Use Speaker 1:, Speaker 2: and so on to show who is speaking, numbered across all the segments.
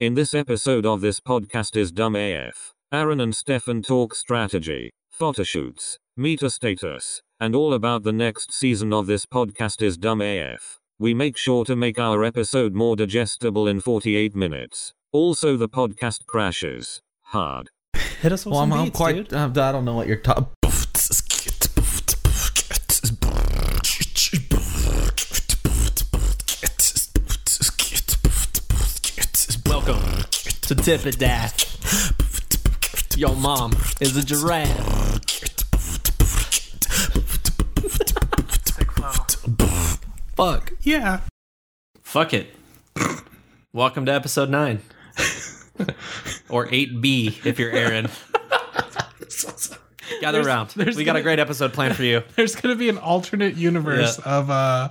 Speaker 1: In this episode of this podcast is Dumb AF. Aaron and Stefan talk strategy, photoshoots, meta status, and all about the next season of this podcast is Dumb AF. We make sure to make our episode more digestible in 48 minutes. Also, the podcast crashes. Hard.
Speaker 2: Hit us with
Speaker 3: Well,
Speaker 2: some
Speaker 3: I'm, I'm
Speaker 2: beats,
Speaker 3: quite. uh,
Speaker 2: dude.
Speaker 3: I don't know what you're talking.
Speaker 4: Welcome to Tip It Daff. Yo, mom is a giraffe. Fuck.
Speaker 2: Yeah.
Speaker 4: Fuck it. Welcome to episode 9. or 8B if you're Aaron. Gather
Speaker 2: There's-
Speaker 4: around.
Speaker 2: there's
Speaker 4: we got a
Speaker 2: gonna-
Speaker 4: great episode planned for you
Speaker 2: There's gonna be an alternate universe of uh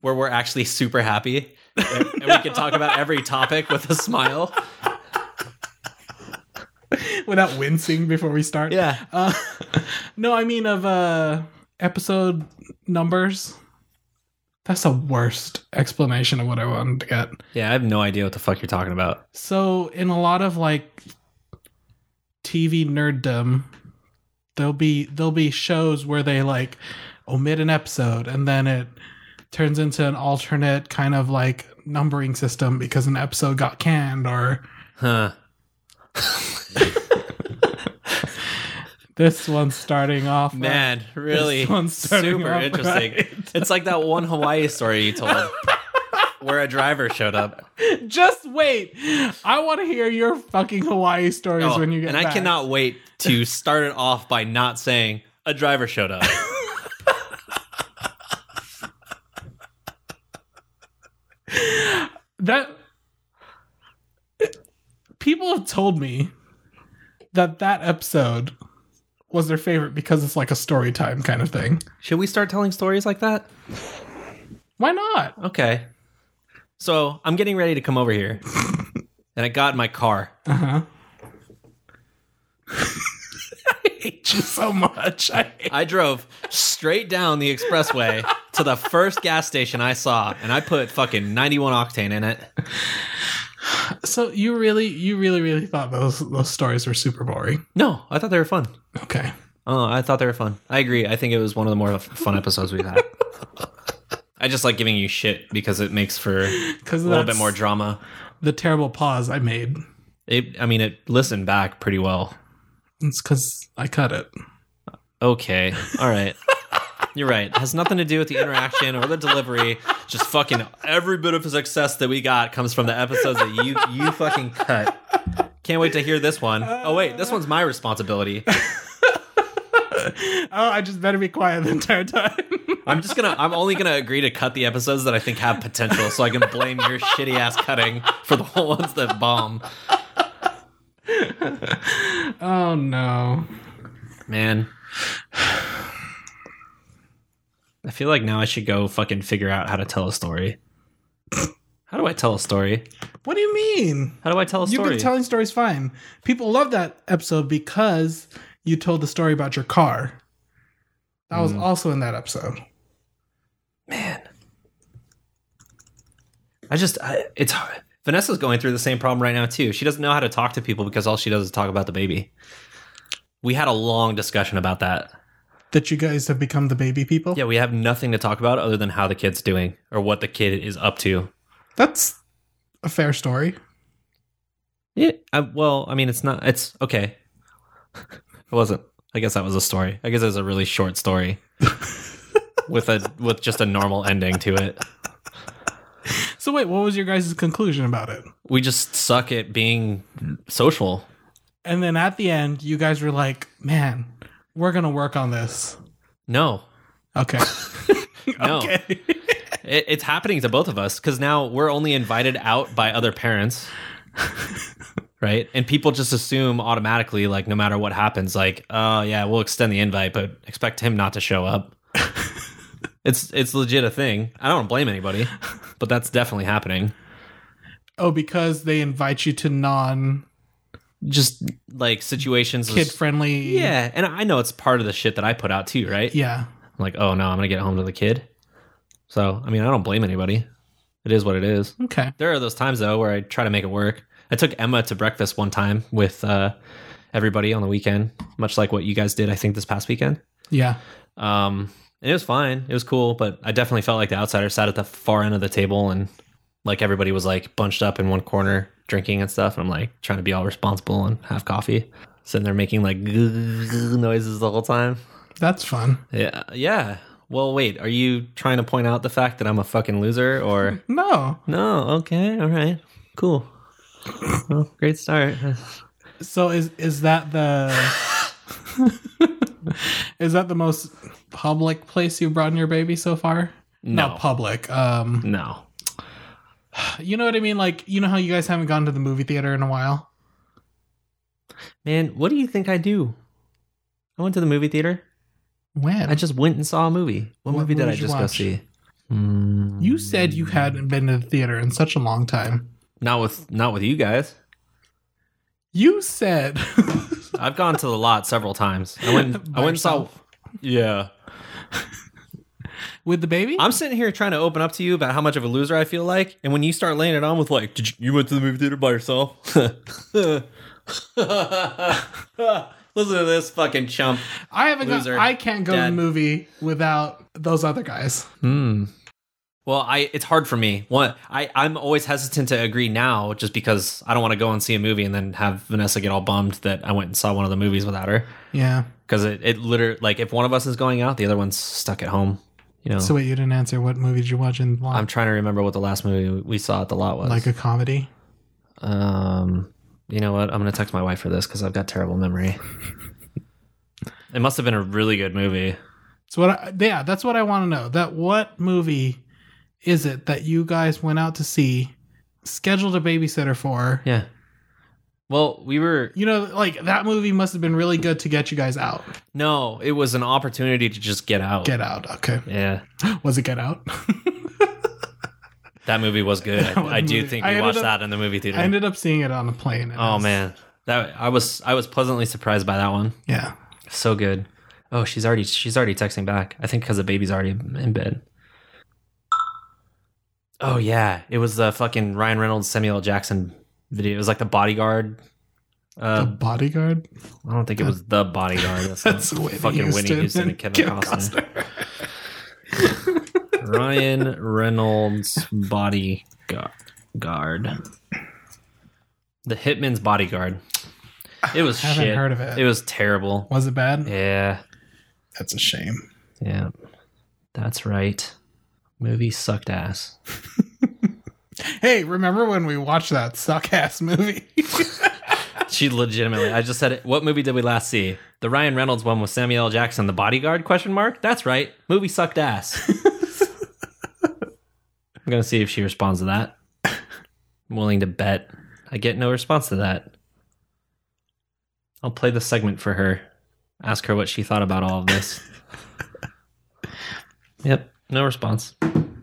Speaker 4: where we're actually super happy and, and we can talk about every topic with a smile.
Speaker 2: without wincing before we start.
Speaker 4: Yeah.
Speaker 2: Uh, no, I mean of uh episode numbers. That's the worst explanation of what I wanted to get.
Speaker 4: Yeah, I have no idea what the fuck you're talking about.
Speaker 2: So in a lot of like TV nerddom, there'll be there'll be shows where they like omit an episode and then it turns into an alternate kind of like numbering system because an episode got canned or
Speaker 4: Huh.
Speaker 2: this one's starting off right.
Speaker 4: Man, really
Speaker 2: This one's starting
Speaker 4: super
Speaker 2: off
Speaker 4: interesting.
Speaker 2: right.
Speaker 4: It's like that one Hawaii story you told where a driver showed up.
Speaker 2: Just wait. I want to hear your fucking Hawaii stories
Speaker 4: Oh,
Speaker 2: when you get
Speaker 4: and I
Speaker 2: back.
Speaker 4: cannot wait to start it off by not saying a driver showed up.
Speaker 2: that people have told me that that episode was their favorite because it's like a story time kind of thing.
Speaker 4: Should we start telling stories like that?
Speaker 2: Why not?
Speaker 4: Okay. So I'm getting ready to come over here. And I got in my car.
Speaker 2: Uh huh. I hate you so much. I hate-
Speaker 4: I drove straight down the expressway to the first gas station I saw, and I put fucking 91 octane in it.
Speaker 2: so you really, you really, really thought those those stories were super boring.
Speaker 4: No, I thought they were fun.
Speaker 2: Okay.
Speaker 4: Oh, I thought they were fun. I agree. I think it was one of the more f- fun episodes we've had. I just like giving you shit because it makes for a
Speaker 2: Because
Speaker 4: little bit more drama.
Speaker 2: the terrible pause I made.
Speaker 4: It, I mean, it listened back pretty well.
Speaker 2: It's because I cut it.
Speaker 4: Okay, all right. You're right. It has nothing to do with the interaction or the delivery. Just fucking every bit of success that we got comes from the episodes that you you fucking cut. Can't wait to hear this one. Oh wait, this one's my responsibility.
Speaker 2: oh, I just better be quiet the entire time.
Speaker 4: I'm just gonna. I'm only gonna agree to cut the episodes that I think have potential, so I can blame your shitty ass cutting for the ones that bomb.
Speaker 2: oh no.
Speaker 4: Man, I feel like now I should go fucking figure out how to tell a story. How do I tell a story?
Speaker 2: What do you mean?
Speaker 4: How do I tell a
Speaker 2: You've
Speaker 4: story?
Speaker 2: been telling stories fine. People love that episode because you told the story about your car. That was also in that episode.
Speaker 4: Man, I just I, it's hard. Vanessa's going through the same problem right now too. She doesn't know how to talk to people because all she does is talk about the baby. We had a long discussion about that.
Speaker 2: That you guys have become the baby people.
Speaker 4: Yeah, we have nothing to talk about other than how the kid's doing or what the kid is up to.
Speaker 2: That's a fair story.
Speaker 4: Yeah. I, well, I mean, it's not. It's okay. it wasn't. I guess that was a story. I guess it was a really short story with a with just a normal ending to it.
Speaker 2: So wait, what was your guys' conclusion about it?
Speaker 4: We just suck at being social.
Speaker 2: And then at the end, you guys were like, "Man, we're gonna work on this."
Speaker 4: No,
Speaker 2: Okay.
Speaker 4: no. It, it's happening to both of us because now we're only invited out by other parents, right? And people just assume automatically, like, no matter what happens, like, oh yeah, we'll extend the invite, but expect him not to show up. it's it's legit a thing. I don't blame anybody, but that's definitely happening.
Speaker 2: oh, because they invite you to non-kid
Speaker 4: Just like situations, is-
Speaker 2: friendly.
Speaker 4: yeah. And I know it's part of the shit that I put out too, right?
Speaker 2: Yeah.
Speaker 4: I'm like, oh no, I'm gonna get home to the kid. So I mean, I don't blame anybody. It is what it is.
Speaker 2: Okay.
Speaker 4: There are those times though where I try to make it work. I took Emma to breakfast one time with uh, everybody on the weekend, much like what you guys did. I think this past weekend.
Speaker 2: Yeah.
Speaker 4: Um, and it was fine. It was cool, but I definitely felt like the outsider sat at the far end of the table and like everybody was like bunched up in one corner drinking and stuff. And I'm like trying to be all responsible and have coffee, sitting there making like noises the whole time.
Speaker 2: That's fun.
Speaker 4: Yeah, yeah. Well, wait. Are you trying to point out the fact that I'm a fucking loser, or
Speaker 2: No.
Speaker 4: no? Okay, all right, cool. Well, great start.
Speaker 2: So is is that the Is that the most public place you've brought in your baby so far?
Speaker 4: No.
Speaker 2: Not public. Um
Speaker 4: No,
Speaker 2: you know what I mean? Like you know how you guys haven't gone to the movie theater in a while?
Speaker 4: man. What do you think I do? I went to the movie theater.
Speaker 2: When?
Speaker 4: I just went and saw a movie. What,
Speaker 2: What
Speaker 4: movie did
Speaker 2: movie
Speaker 4: I
Speaker 2: did you
Speaker 4: just go
Speaker 2: watch?
Speaker 4: see? Mm,
Speaker 2: you said you hadn't been to the theater in such a long time.
Speaker 4: not with not with you guys.
Speaker 2: You said
Speaker 4: I've gone to the lot several times. I went. I
Speaker 2: By
Speaker 4: went and saw.
Speaker 2: yourself?
Speaker 4: Yeah,
Speaker 2: with the baby?
Speaker 4: I'm sitting here trying to open up to you about how much of a loser I feel like, and when you start laying it on with like, Did you, you went to the movie theater by yourself? Listen to this fucking chump.
Speaker 2: I haven't gone,
Speaker 4: Loser.
Speaker 2: I can't go to the
Speaker 4: Dad.
Speaker 2: movie without those other guys.
Speaker 4: Hmm. Well, I it's hard for me. One, I I'm always hesitant to agree now, just because I don't want to go and see a movie and then have Vanessa get all bummed that I went and saw one of the movies without her.
Speaker 2: Yeah.
Speaker 4: Because it it literally like if one of us is going out, the other one's stuck at home. You know.
Speaker 2: So wait, you didn't answer what movie did you watch in
Speaker 4: I'm
Speaker 2: long?
Speaker 4: trying to remember what the last movie we saw at the lot was.
Speaker 2: Like a comedy?
Speaker 4: Um, you know what? I'm gonna text my wife for this because I've got terrible memory. it must have been a really good movie.
Speaker 2: So what? I, yeah, that's what I want to know. That what movie is it that you guys went out to see, scheduled a babysitter for?
Speaker 4: Yeah. Well, we were
Speaker 2: You know, like that movie must have been really good to get you guys out.
Speaker 4: no. It was an opportunity to just get out.
Speaker 2: Get out. Okay,
Speaker 4: yeah,
Speaker 2: was it Get Out?
Speaker 4: that movie was good.
Speaker 2: That was
Speaker 4: I, I
Speaker 2: a
Speaker 4: do
Speaker 2: movie.
Speaker 4: think we
Speaker 2: I ended
Speaker 4: watched
Speaker 2: up-
Speaker 4: that in the movie theater.
Speaker 2: I ended up seeing it on a plane. and it
Speaker 4: oh
Speaker 2: was-
Speaker 4: man, that I was I was pleasantly surprised by that one.
Speaker 2: yeah.
Speaker 4: So good. Oh, she's already she's already texting back. I think because the baby's already in bed. Oh yeah, it was the fucking Ryan Reynolds Samuel L. Jackson video. It was like the bodyguard.
Speaker 2: The
Speaker 4: Uh,
Speaker 2: Bodyguard.
Speaker 4: I don't think it was the bodyguard. That's,
Speaker 2: That's
Speaker 4: not
Speaker 2: Whitney
Speaker 4: fucking Whitney Houston and Kevin
Speaker 2: Kevin
Speaker 4: Costner.
Speaker 2: Costner.
Speaker 4: Ryan Reynolds bodyguard. The Hitman's bodyguard. It was
Speaker 2: Haven't
Speaker 4: shit.
Speaker 2: heard of it.
Speaker 4: It was terrible.
Speaker 2: Was it bad?
Speaker 4: Yeah.
Speaker 2: That's a shame.
Speaker 4: Yeah, that's right. Movie sucked ass.
Speaker 2: Hey, remember when we watched that suck ass movie?
Speaker 4: She legitimately. I just said it. What movie did we last see? The Ryan Reynolds one with Samuel L. Jackson, The Bodyguard? Question mark. That's right. Movie sucked ass. I'm gonna see if she responds to that. I'm willing to bet. I get no response to that. I'll play the segment for her. Ask her what she thought about all of this. yep. No response.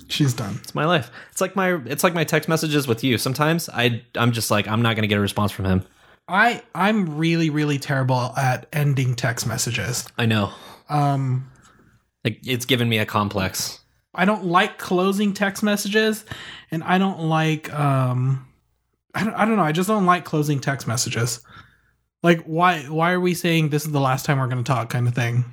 Speaker 2: She's done.
Speaker 4: It's my life. It's like my it's like my text messages with you. Sometimes I I'm just like I'm not gonna get a response from him.
Speaker 2: I I'm really really terrible at ending text messages.
Speaker 4: I know.
Speaker 2: Um,
Speaker 4: Like it's given me a complex.
Speaker 2: I don't like closing text messages, and I don't like um, I don't, I don't know. I just don't like closing text messages. Like why why are we saying this is the last time we're going to talk kind of thing?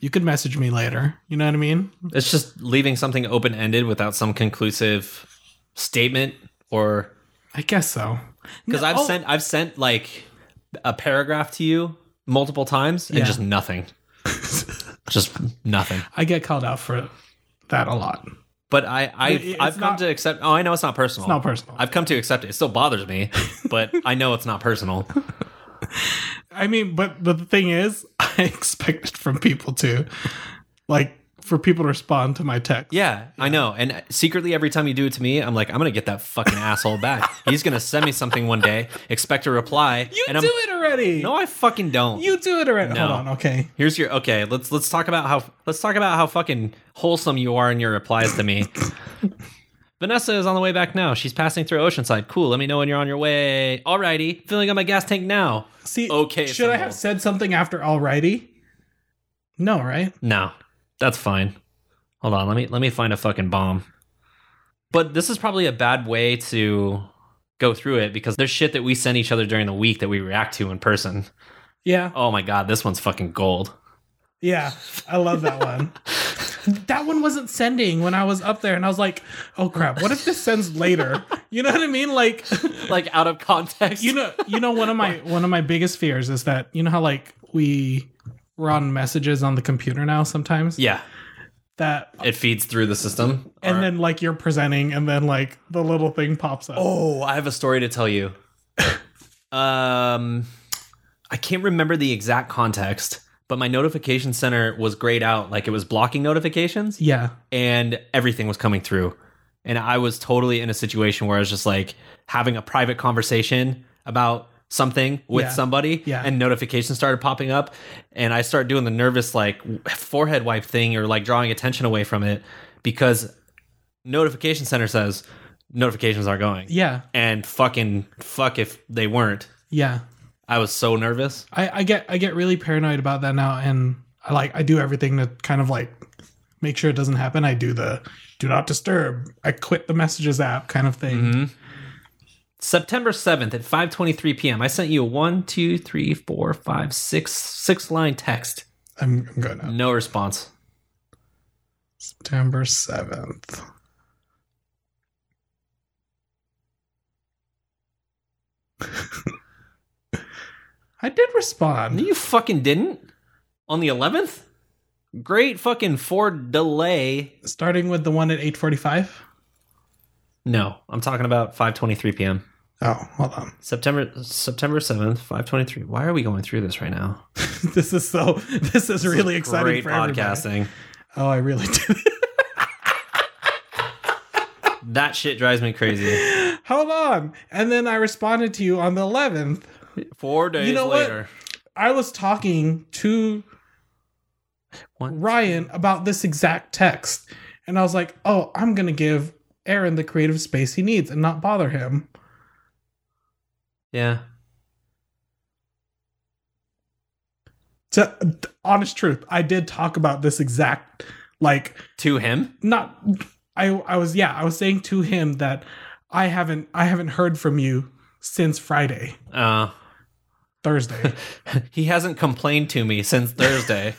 Speaker 2: You could message me later. You know what I mean?
Speaker 4: It's just leaving something open ended without some conclusive statement or
Speaker 2: I guess so.
Speaker 4: because I've
Speaker 2: No- oh,
Speaker 4: sent I've sent like a paragraph to you multiple times and
Speaker 2: Yeah.
Speaker 4: just nothing. just nothing.
Speaker 2: I get called out for that a lot.
Speaker 4: But I I
Speaker 2: It- it's
Speaker 4: I've come
Speaker 2: not-
Speaker 4: to accept oh I know it's not personal.
Speaker 2: It's not personal.
Speaker 4: I've come to accept it. It still bothers me, but I know it's not personal.
Speaker 2: I mean, but but the thing is, I expect it from people to, like, for people to respond to my text.
Speaker 4: Yeah, I know. And secretly, every time you do it to me, I'm like, I'm gonna get that fucking asshole back. He's gonna send me something one day, expect a reply.
Speaker 2: you
Speaker 4: and
Speaker 2: do
Speaker 4: I'm,
Speaker 2: it already.
Speaker 4: No, I fucking don't.
Speaker 2: you do it already.
Speaker 4: No.
Speaker 2: Hold on, okay.
Speaker 4: Here's your okay. Let's let's talk about how let's talk about how fucking wholesome you are in your replies to me. Vanessa is on the way back now. She's passing through Oceanside. Cool. Let me know when you're on your way. Alrighty, filling up my gas tank now.
Speaker 2: See,
Speaker 4: Okay,
Speaker 2: Should I
Speaker 4: symbol.
Speaker 2: have said something after alrighty? No, right?
Speaker 4: No, that's fine. Hold on. Let me let me find a fucking bomb. But this is probably a bad way to go through it because there's shit that we send each other during the week that we react to in person.
Speaker 2: Yeah.
Speaker 4: Oh my god, this one's fucking gold.
Speaker 2: Yeah. I love that one. that one wasn't sending when I was up there and I was like, "Oh crap, what if this sends later?" You know what I mean? Like
Speaker 4: Like out of context.
Speaker 2: you know you know one of my one of my biggest fears is that you know how like we run messages on the computer now sometimes
Speaker 4: Yeah.
Speaker 2: that
Speaker 4: It feeds through the system.
Speaker 2: and
Speaker 4: Or-
Speaker 2: then like you're presenting and then like the little thing pops up.
Speaker 4: Oh, I have a story to tell you. um, I can't remember the exact context, but my notification center was grayed out, like it was blocking notifications,
Speaker 2: Yeah.
Speaker 4: and everything was coming through. And I was totally in a situation where I was just like having a private conversation about something with
Speaker 2: Yeah.
Speaker 4: somebody,
Speaker 2: Yeah.
Speaker 4: and notifications started popping up, and I started doing the nervous like w- forehead wipe thing or like drawing attention away from it because notification center says notifications are going
Speaker 2: Yeah.
Speaker 4: and fucking fuck if they weren't.
Speaker 2: Yeah.
Speaker 4: I was so nervous.
Speaker 2: I, I get I get really paranoid about that now, and I like I do everything to kind of like make sure it doesn't happen. I do the do not disturb. I quit the messages app kind of thing.
Speaker 4: September 7th at 5:23 p.m. I sent you a one, two, three, four, five, six, six line text.
Speaker 2: I'm, I'm going up.
Speaker 4: No response.
Speaker 2: September seventh. I did respond.
Speaker 4: You fucking didn't? On the 11th? Great fucking for delay.
Speaker 2: Starting with the one at 8:45.
Speaker 4: No, I'm talking about 5:23 p.m.
Speaker 2: Oh, hold on.
Speaker 4: September September 7th, 5:23. Why are we going through this right now?
Speaker 2: this is so this is really exciting
Speaker 4: Great
Speaker 2: for everybody.
Speaker 4: podcasting.
Speaker 2: Oh, I really did.
Speaker 4: That shit drives me crazy.
Speaker 2: Hold on. And then I responded to you on the 11th.
Speaker 4: 4 days
Speaker 2: know what?
Speaker 4: later.
Speaker 2: I was talking to
Speaker 4: One,
Speaker 2: Ryan about this exact text. And I was like, oh, I'm going to give Aaron the creative space he needs and not bother him.
Speaker 4: Yeah.
Speaker 2: To, honest truth, I did talk about this exact, like,
Speaker 4: To him?
Speaker 2: not, I, I was, yeah, I was saying to him that I haven't, I haven't heard from you since Friday,
Speaker 4: Uh,
Speaker 2: Thursday.
Speaker 4: he hasn't complained to me since Thursday.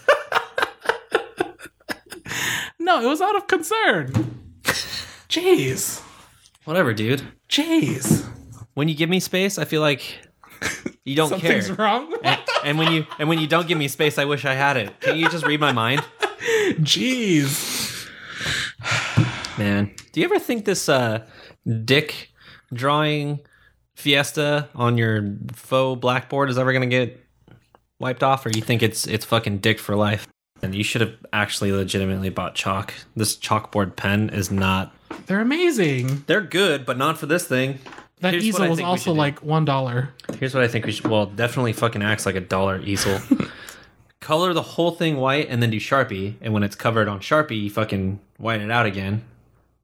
Speaker 2: no, it was out of concern. Jeez.
Speaker 4: Whatever, dude.
Speaker 2: Jeez.
Speaker 4: When you give me space, I feel like you don't
Speaker 2: Something's
Speaker 4: care.
Speaker 2: wrong.
Speaker 4: And, and when you and when you don't give me space, I wish I had it. Can you just read my mind,
Speaker 2: Jeez.
Speaker 4: man? Do you ever think this uh, dick drawing fiesta on your faux blackboard is ever gonna get wiped off, or you think it's it's fucking dick for life? And you should have actually legitimately bought chalk. This chalkboard pen is not.
Speaker 2: They're amazing.
Speaker 4: They're good, but not for this thing.
Speaker 2: That
Speaker 4: Here's what
Speaker 2: easel
Speaker 4: I
Speaker 2: was
Speaker 4: think we should
Speaker 2: also
Speaker 4: do.
Speaker 2: like one dollar.
Speaker 4: Here's what I think we should. Well, definitely fucking acts like a dollar easel. Color the whole thing white and then do Sharpie. And when it's covered on Sharpie, you fucking white it out again.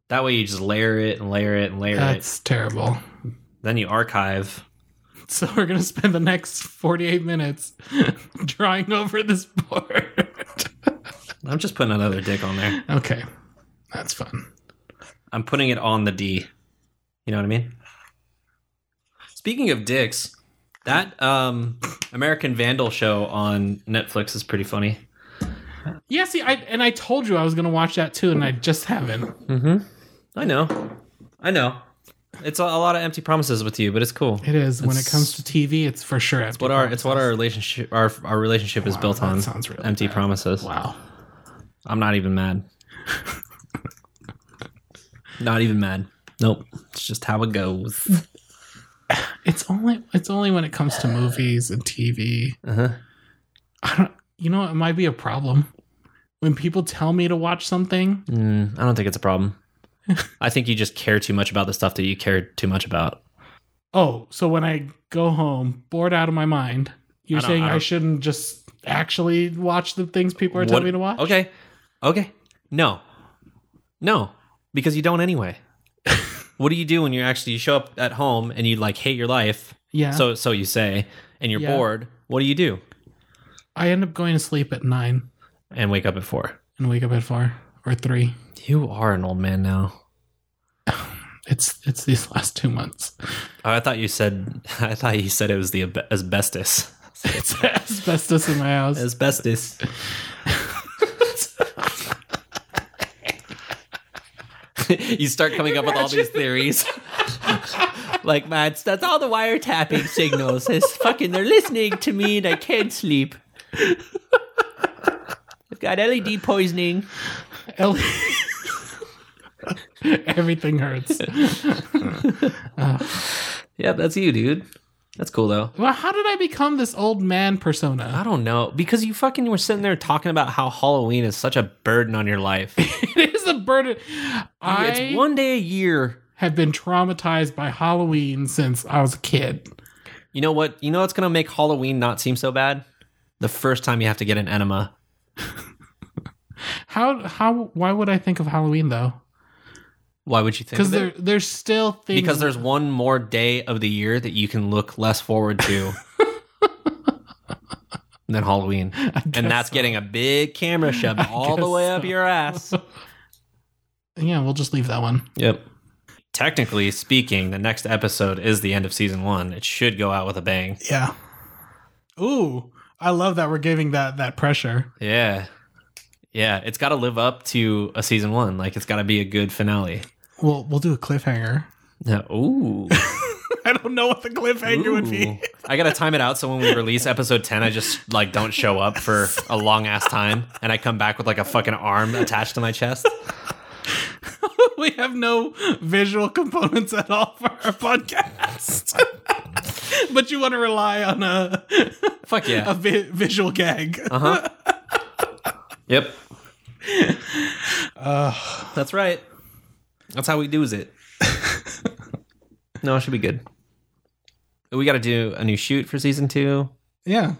Speaker 4: That way you just layer it and layer it and layer it.
Speaker 2: That's terrible.
Speaker 4: Then you archive.
Speaker 2: So we're gonna spend the next forty-eight minutes drawing over this board.
Speaker 4: I'm just putting another dick on there.
Speaker 2: okay, that's fun.
Speaker 4: I'm putting it on the D. You know what I mean? Speaking of dicks, that um, American Vandal show on Netflix is pretty funny.
Speaker 2: Yeah, see, I and I told you I was gonna watch that too, and I just haven't.
Speaker 4: I know. I know. It's a, a lot of empty promises with you, but it's cool.
Speaker 2: It is when it comes to TV, it's for sure. It's
Speaker 4: what our it's what our relationship our our relationship is built
Speaker 2: that
Speaker 4: on
Speaker 2: sounds really
Speaker 4: empty
Speaker 2: bad.
Speaker 4: promises.
Speaker 2: wow.
Speaker 4: I'm not even mad. not even mad. Nope. It's just how it goes.
Speaker 2: It's only it's only when it comes to movies and TV.
Speaker 4: Uh-huh.
Speaker 2: I don't. You know, it might be a problem when people tell me to watch something.
Speaker 4: Mm, I don't think it's a problem. I think you just care too much about the stuff that you care too much about.
Speaker 2: Oh, so when I go home, bored out of my mind, you're
Speaker 4: I don't-
Speaker 2: saying
Speaker 4: I
Speaker 2: I,
Speaker 4: don't-
Speaker 2: shouldn't just actually watch the things people are
Speaker 4: What-
Speaker 2: telling me to watch?
Speaker 4: Okay. Okay. No. No. Because you don't anyway. what do you do when you're actually you show up at home and you like hate your life?
Speaker 2: Yeah.
Speaker 4: So
Speaker 2: So
Speaker 4: so you say, and you're
Speaker 2: Yeah.
Speaker 4: bored. What do you do?
Speaker 2: I end up going to sleep at nine
Speaker 4: And wake up at four.
Speaker 2: and wake up at four or three.
Speaker 4: You are an old man now.
Speaker 2: It's it's these last two months.
Speaker 4: Oh, I thought you said. I thought you said it was the ab- asbestos.
Speaker 2: It's asbestos in my house.
Speaker 4: Asbestos. you start coming up with all these theories. like, man, it's- that's all the wiretapping signals. It's fucking, they're listening to me and I can't sleep. I've got LED poisoning.
Speaker 2: Ellie- Everything hurts.
Speaker 4: Yeah, that's you, dude. That's cool, though.
Speaker 2: Well, how did I become this old man
Speaker 4: I
Speaker 2: persona?
Speaker 4: don't know. Because you fucking were sitting there talking about how Halloween is such a burden on your life.
Speaker 2: It is a burden. I
Speaker 4: it's one day a year.
Speaker 2: have been traumatized by Halloween since I was a kid.
Speaker 4: You know what? You know what's going to make Halloween not seem so bad? The first time you have to get an enema.
Speaker 2: How how why would I think of Halloween though?
Speaker 4: Why would you think?
Speaker 2: Because
Speaker 4: of it?
Speaker 2: there there's still things
Speaker 4: because there's one more day of the year that you can look less forward to than Halloween, and that's getting a big camera shoved all the
Speaker 2: guess
Speaker 4: way up
Speaker 2: so.
Speaker 4: your ass.
Speaker 2: yeah, we'll just leave that one.
Speaker 4: Yep. Technically speaking, the next episode is the end of season one. It should go out with a bang.
Speaker 2: Yeah. Ooh, I love that we're giving that that pressure.
Speaker 4: Yeah. Yeah, it's got to live up to a season one. Like, it's got to be a good finale.
Speaker 2: We'll we'll do a cliffhanger.
Speaker 4: Yeah. Ooh.
Speaker 2: I don't know what the cliffhanger would
Speaker 4: Ooh.
Speaker 2: be.
Speaker 4: I gotta time it out so when we release episode ten, I just like don't show up for a long ass time, and I come back with like a fucking arm attached to my chest.
Speaker 2: we have no visual components at all for our podcast. but you want to rely on a
Speaker 4: Fuck
Speaker 2: a
Speaker 4: yeah.
Speaker 2: vi- visual gag.
Speaker 4: Uh-huh. Yep. That's right. That's how we do it. no, it should be good. We got to do a new shoot for season two.
Speaker 2: Yeah.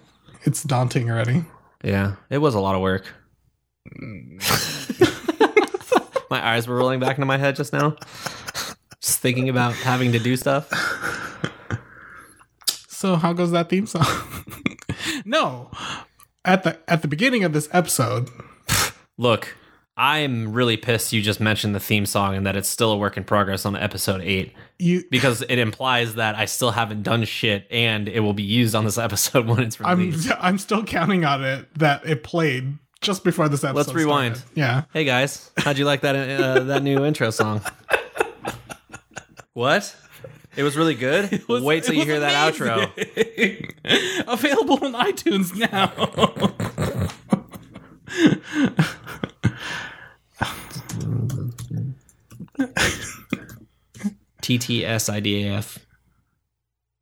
Speaker 2: It's daunting already.
Speaker 4: Yeah, it was a lot of work. my eyes were rolling back into my head just now. Just thinking about having to do stuff.
Speaker 2: So how goes that theme song? no. At the at the beginning of this episode,
Speaker 4: Look, I'm really pissed you just mentioned the theme song and that it's still a work in progress on episode 8
Speaker 2: you
Speaker 4: because it implies that I still haven't done shit and it will be used on this episode when it's
Speaker 2: I'm
Speaker 4: released.
Speaker 2: I'm still counting on it that it played just before this episode.
Speaker 4: Let's rewind.
Speaker 2: started. Yeah.
Speaker 4: hey guys, how'd you like that uh, that new intro song? What? It was really good. Wait till you hear that outro.
Speaker 2: outro. Available on iTunes now.
Speaker 4: TTSIDAF.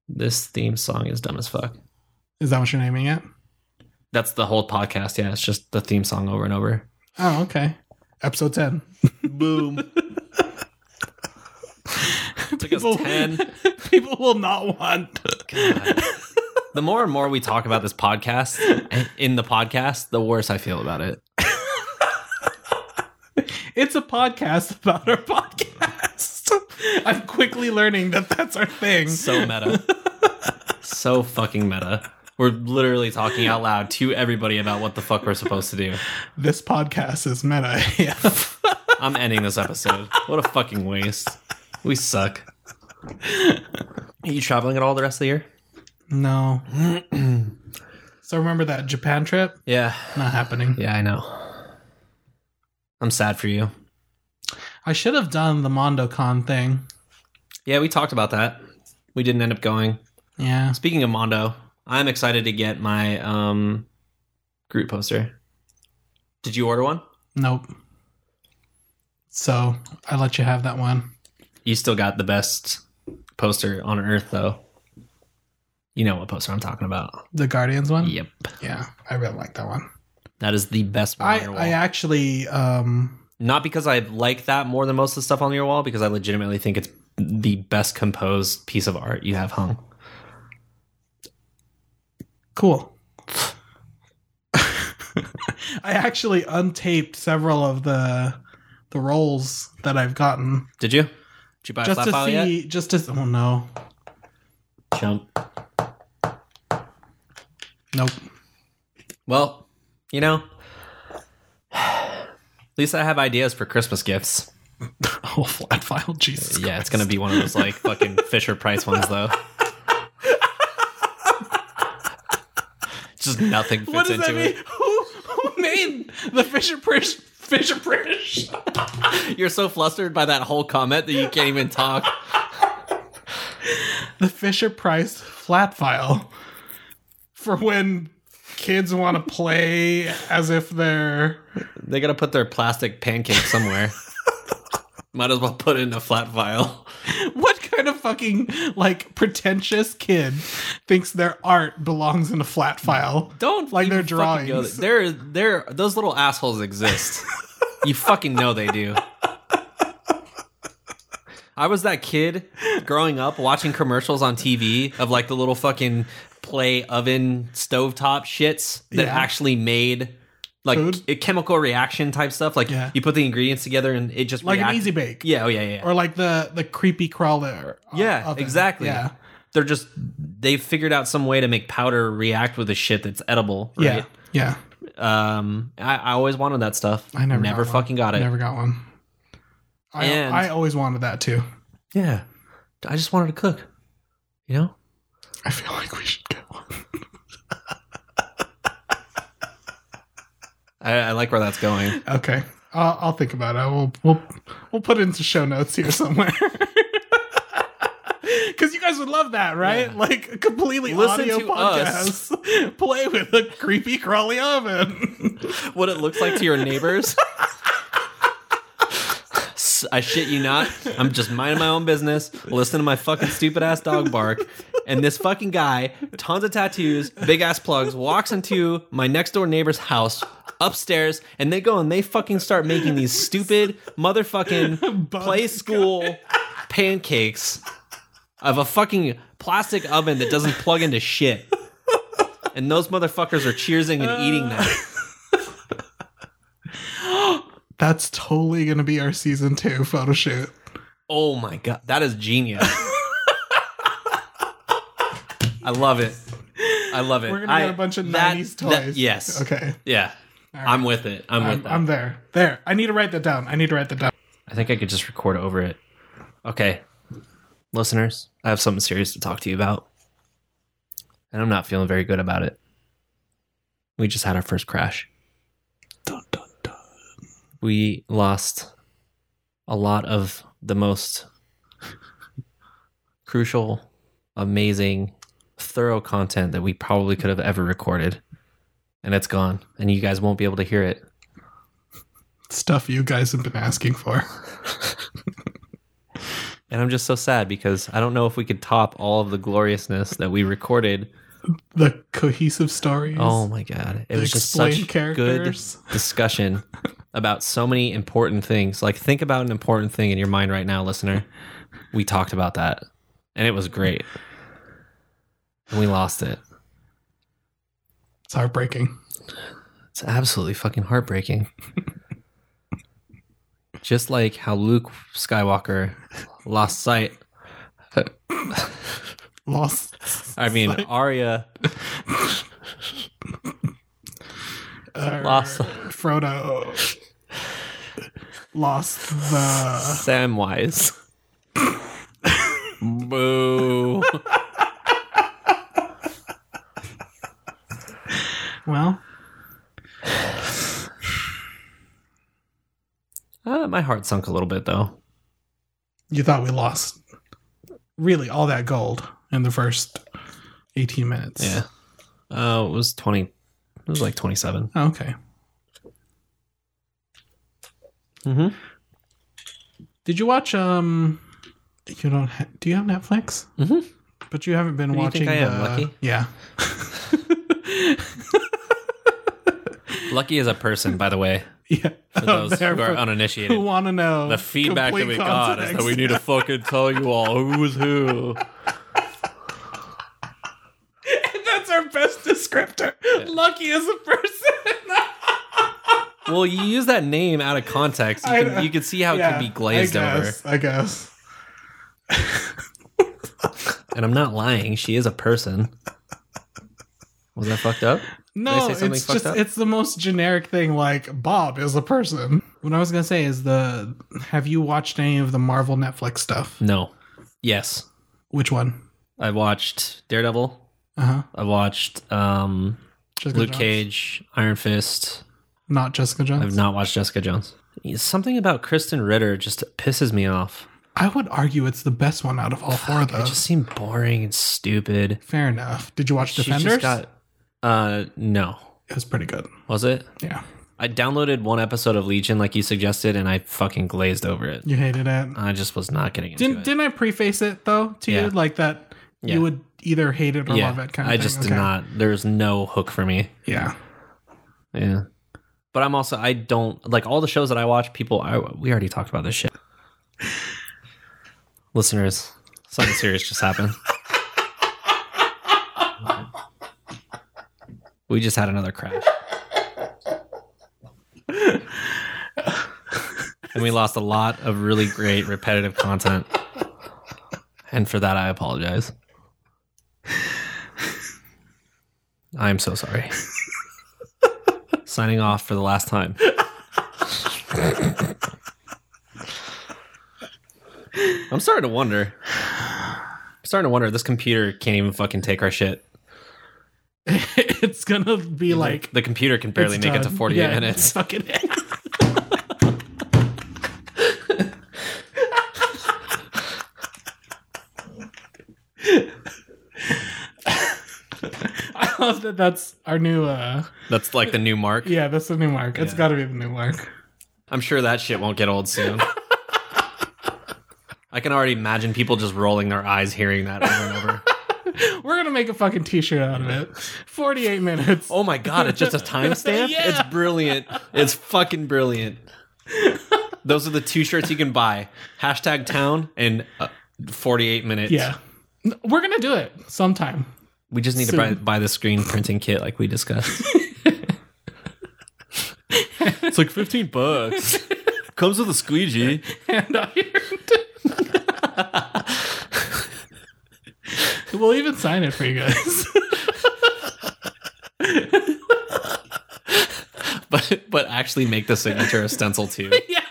Speaker 4: This theme song is dumb as fuck.
Speaker 2: Is that what you're naming it?
Speaker 4: That's the whole podcast. Yeah, it's just the theme song over and over.
Speaker 2: Oh, okay. Episode 10.
Speaker 4: Boom. Took
Speaker 2: People-
Speaker 4: us 10.
Speaker 2: People will not want.
Speaker 4: The more and more we talk about this podcast in the podcast, the worse I feel about it.
Speaker 2: It's a podcast about our podcast. I'm quickly learning that that's our thing.
Speaker 4: So meta. so fucking meta. We're literally talking out loud to everybody about what the fuck we're supposed to do.
Speaker 2: This podcast is meta. AF.
Speaker 4: I'm ending this episode. What a fucking waste. We suck. Are you traveling at all the rest of the year?
Speaker 2: no. so remember that Japan trip?
Speaker 4: Yeah.
Speaker 2: Not happening.
Speaker 4: Yeah, I know. I'm sad for you.
Speaker 2: I should have done the MondoCon thing.
Speaker 4: Yeah, we talked about that. We didn't end up going.
Speaker 2: Yeah.
Speaker 4: Speaking of Mondo, I'm excited to get my um Groot poster. Did you order one?
Speaker 2: Nope. So I let you have that one.
Speaker 4: You still got the best poster on earth though. You know what poster I'm talking about.
Speaker 2: The Guardians one?
Speaker 4: Yep.
Speaker 2: Yeah. I really like that one.
Speaker 4: That is the best one
Speaker 2: I,
Speaker 4: on your wall.
Speaker 2: I actually um
Speaker 4: Not because I like that more than most of the stuff on your wall, because I legitimately think it's the best composed piece of art you have hung.
Speaker 2: Cool. I actually untaped several of the the rolls that I've gotten
Speaker 4: Did you? Did you buy a
Speaker 2: just
Speaker 4: flat
Speaker 2: to
Speaker 4: file yet?
Speaker 2: see just to oh no.
Speaker 4: Chump.
Speaker 2: Nope.
Speaker 4: Well, you know, at least I have ideas for Christmas gifts.
Speaker 2: whole Oh, flat file. Jesus.
Speaker 4: Yeah, it's gonna be one of those like fucking Fisher Price ones though. Just nothing fits
Speaker 2: What does
Speaker 4: into
Speaker 2: that mean?
Speaker 4: it.
Speaker 2: Who, who made the Fisher Price? Fisher Price.
Speaker 4: You're so flustered by that whole comment that you can't even talk.
Speaker 2: the Fisher Price flat file for when kids want to play as if they're
Speaker 4: They gotta put their plastic pancake somewhere. Might as well put it in a flat file.
Speaker 2: what kind of fucking like pretentious kid thinks their art belongs in a flat file
Speaker 4: Don't
Speaker 2: Like
Speaker 4: even
Speaker 2: their
Speaker 4: fucking go
Speaker 2: drawings.
Speaker 4: there. There, there. Those little assholes exist. you fucking know they do. I was that kid growing up watching commercials on TV of like the little fucking play oven stovetop shits that
Speaker 2: Yeah.
Speaker 4: actually made like
Speaker 2: Food?
Speaker 4: a chemical reaction type stuff. Like
Speaker 2: Yeah.
Speaker 4: you put the ingredients together and it just
Speaker 2: like an
Speaker 4: reacted.
Speaker 2: easy bake
Speaker 4: Yeah, oh yeah, yeah.
Speaker 2: or like the the creepy crawler o-
Speaker 4: Yeah,
Speaker 2: oven.
Speaker 4: exactly.
Speaker 2: yeah
Speaker 4: They're just they figured out some way to make powder react with the shit that's edible. Right?
Speaker 2: yeah yeah
Speaker 4: Um, I, I always wanted that stuff.
Speaker 2: i never
Speaker 4: never
Speaker 2: got one.
Speaker 4: fucking got it.
Speaker 2: never got one I,
Speaker 4: And-
Speaker 2: I always wanted that too
Speaker 4: Yeah, I just wanted to cook. You know,
Speaker 2: i feel like we should get one
Speaker 4: I, I like where that's going.
Speaker 2: okay I'll, I'll think about it we'll, we'll we'll put it into show notes here somewhere Because you guys would love that, right?
Speaker 4: Yeah.
Speaker 2: Like a completely
Speaker 4: Listen
Speaker 2: audio
Speaker 4: to us.
Speaker 2: podcast. Play with a creepy crawly oven.
Speaker 4: what it looks like to your neighbors. S- I shit you not. I'm just minding my own business, listening to my fucking stupid ass dog bark, and this fucking guy, tons of tattoos, big ass plugs, walks into my next door neighbor's house upstairs, and they go and they fucking start making these stupid motherfucking
Speaker 2: Bug
Speaker 4: play school pancakes of a fucking plastic oven that doesn't plug into shit. And those motherfuckers are cheersing and eating them.
Speaker 2: That's totally gonna be our season two photo shoot.
Speaker 4: Oh my god, that is genius. I love it. I love it.
Speaker 2: We're gonna
Speaker 4: I-
Speaker 2: get a bunch of
Speaker 4: that-
Speaker 2: '90s toys.
Speaker 4: that- yes.
Speaker 2: Okay.
Speaker 4: Yeah. I'm with it. I'm, with
Speaker 2: I'm,
Speaker 4: that.
Speaker 2: I'm there. There. I need to write that down. I need to write that down.
Speaker 4: I think I could just record over it. Okay. Listeners, I have something serious to talk to you about. And I'm not feeling very good about it. We just had our first crash. We lost a lot of the most crucial, amazing, thorough content that we probably could have ever recorded. And it's gone. And you guys won't be able to hear it.
Speaker 2: Stuff you guys have been asking for.
Speaker 4: And I'm just so sad because I don't know if we could top all of the gloriousness that we recorded.
Speaker 2: The cohesive stories.
Speaker 4: Oh my god. It
Speaker 2: the
Speaker 4: was just
Speaker 2: explained
Speaker 4: such
Speaker 2: characters.
Speaker 4: good discussion about so many important things. Like think about an important thing in your mind right now, listener. We talked about that. And it was great. And we lost it.
Speaker 2: It's heartbreaking.
Speaker 4: It's absolutely fucking heartbreaking. Just like how Luke Skywalker lost sight.
Speaker 2: Lost.
Speaker 4: I mean, Arya
Speaker 2: uh,
Speaker 4: lost
Speaker 2: Frodo. Lost the.
Speaker 4: Samwise. Boo.
Speaker 2: Well,
Speaker 4: Uh, my heart sunk a little bit though.
Speaker 2: you thought we lost really all that gold in the first 18 minutes.
Speaker 4: Yeah. Uh, it was 20. It was like 27.
Speaker 2: Oh, Okay.
Speaker 4: Mm-hmm.
Speaker 2: Did you watch um you don't ha- do you have Netflix?
Speaker 4: Mhm.
Speaker 2: But you haven't been
Speaker 4: Who do you
Speaker 2: watching
Speaker 4: think I am,
Speaker 2: the-
Speaker 4: Lucky?
Speaker 2: Yeah.
Speaker 4: Lucky as a person, by the way,
Speaker 2: Yeah.
Speaker 4: for those who
Speaker 2: They're
Speaker 4: are
Speaker 2: for- who
Speaker 4: uninitiated.
Speaker 2: want to know
Speaker 4: The feedback that we
Speaker 2: complete
Speaker 4: got is that
Speaker 2: context.
Speaker 4: we need to fucking tell you all who was who.
Speaker 2: That's our best descriptor. Lucky as a person.
Speaker 4: Well, you use that name out of context. You
Speaker 2: I know.
Speaker 4: can, you can see how it
Speaker 2: Yeah,
Speaker 4: can be glazed
Speaker 2: I
Speaker 4: over.
Speaker 2: guess, I guess.
Speaker 4: And I'm not lying. She is a person. Was that fucked up? I
Speaker 2: No,
Speaker 4: say something
Speaker 2: it's
Speaker 4: fucked
Speaker 2: just
Speaker 4: up?
Speaker 2: it's the most generic thing. Like Bob is a person. What I was gonna say is the Have you watched any of the Marvel Netflix stuff?
Speaker 4: No. Yes.
Speaker 2: Which one?
Speaker 4: I watched Daredevil.
Speaker 2: Uh huh.
Speaker 4: I watched um,
Speaker 2: Jessica
Speaker 4: Luke
Speaker 2: Jones?
Speaker 4: Cage, Iron Fist.
Speaker 2: Not Jessica Jones.
Speaker 4: I've not watched Jessica Jones. Something about Kristen Ritter just pisses me off.
Speaker 2: I would argue it's the best one out of all four of
Speaker 4: It
Speaker 2: those.
Speaker 4: just seemed boring and stupid.
Speaker 2: Fair enough. Did you watch
Speaker 4: She just
Speaker 2: Defenders?
Speaker 4: got- uh, no.
Speaker 2: it was pretty good.
Speaker 4: Was it?
Speaker 2: Yeah,
Speaker 4: I downloaded one episode of Legion, like you suggested, and I fucking glazed over it.
Speaker 2: you hated it.
Speaker 4: I just was not getting into
Speaker 2: Didn't
Speaker 4: it.
Speaker 2: didn't I preface it though to
Speaker 4: Yeah.
Speaker 2: you like that?
Speaker 4: Yeah.
Speaker 2: You would either hate it or
Speaker 4: yeah,
Speaker 2: love it. Kind of
Speaker 4: I
Speaker 2: thing.
Speaker 4: just did
Speaker 2: Okay.
Speaker 4: not. There's no hook for me.
Speaker 2: Yeah.
Speaker 4: Yeah. But I'm also I don't like all the shows that I watch. People, I, we already talked about this shit. Listeners, something serious just happened. We just had another crash. and we lost a lot of really great repetitive content. And for that, I apologize. I am so sorry signing off for the last time. I'm starting to wonder. I'm starting to wonder this computer can't even fucking take our shit.
Speaker 2: it's gonna be like
Speaker 4: The computer can barely
Speaker 2: it's
Speaker 4: make it to
Speaker 2: done.
Speaker 4: 48
Speaker 2: Yeah, it's
Speaker 4: minutes.
Speaker 2: Fucking I love that. That's our new. uh
Speaker 4: That's like the new mark.
Speaker 2: Yeah, that's the new mark. It's
Speaker 4: Yeah.
Speaker 2: got to be the new mark.
Speaker 4: I'm sure that shit won't get old soon. I can already imagine people just rolling their eyes hearing that over and over.
Speaker 2: We're gonna make a fucking T-shirt out of it. Forty-eight minutes.
Speaker 4: Oh my god, it's just a timestamp?
Speaker 2: Yeah.
Speaker 4: It's brilliant. It's fucking brilliant. Those are the two shirts you can buy. Hashtag town and uh, 48 minutes.
Speaker 2: Yeah, we're gonna do it sometime.
Speaker 4: We just need to buy, buy the screen printing kit like we discussed. it's like 15 bucks. Comes with a squeegee.
Speaker 2: Hand ironed. we'll even sign it for you guys.
Speaker 4: But but actually make the signature a stencil too.
Speaker 2: yeah,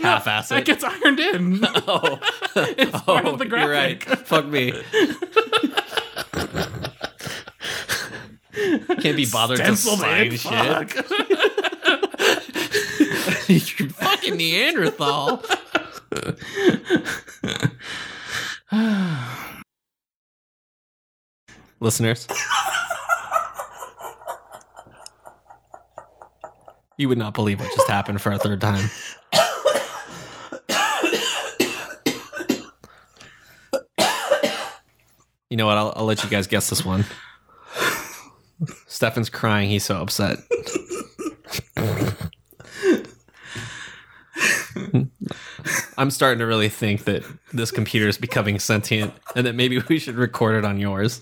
Speaker 4: Half ass
Speaker 2: that
Speaker 4: it.
Speaker 2: gets ironed in.
Speaker 4: oh.
Speaker 2: It's part of the
Speaker 4: you're right.
Speaker 2: graphic.
Speaker 4: Fuck me. Can't be bothered
Speaker 2: Stenciled
Speaker 4: to sign
Speaker 2: in,
Speaker 4: shit.
Speaker 2: fuck.
Speaker 4: you fucking Neanderthal. Listeners, you would not believe what just happened for a third time. You know what? I'll, I'll let you guys guess this one. Stefan's crying. He's so upset. I'm starting to really think that this computer is becoming sentient and that maybe we should record it on yours.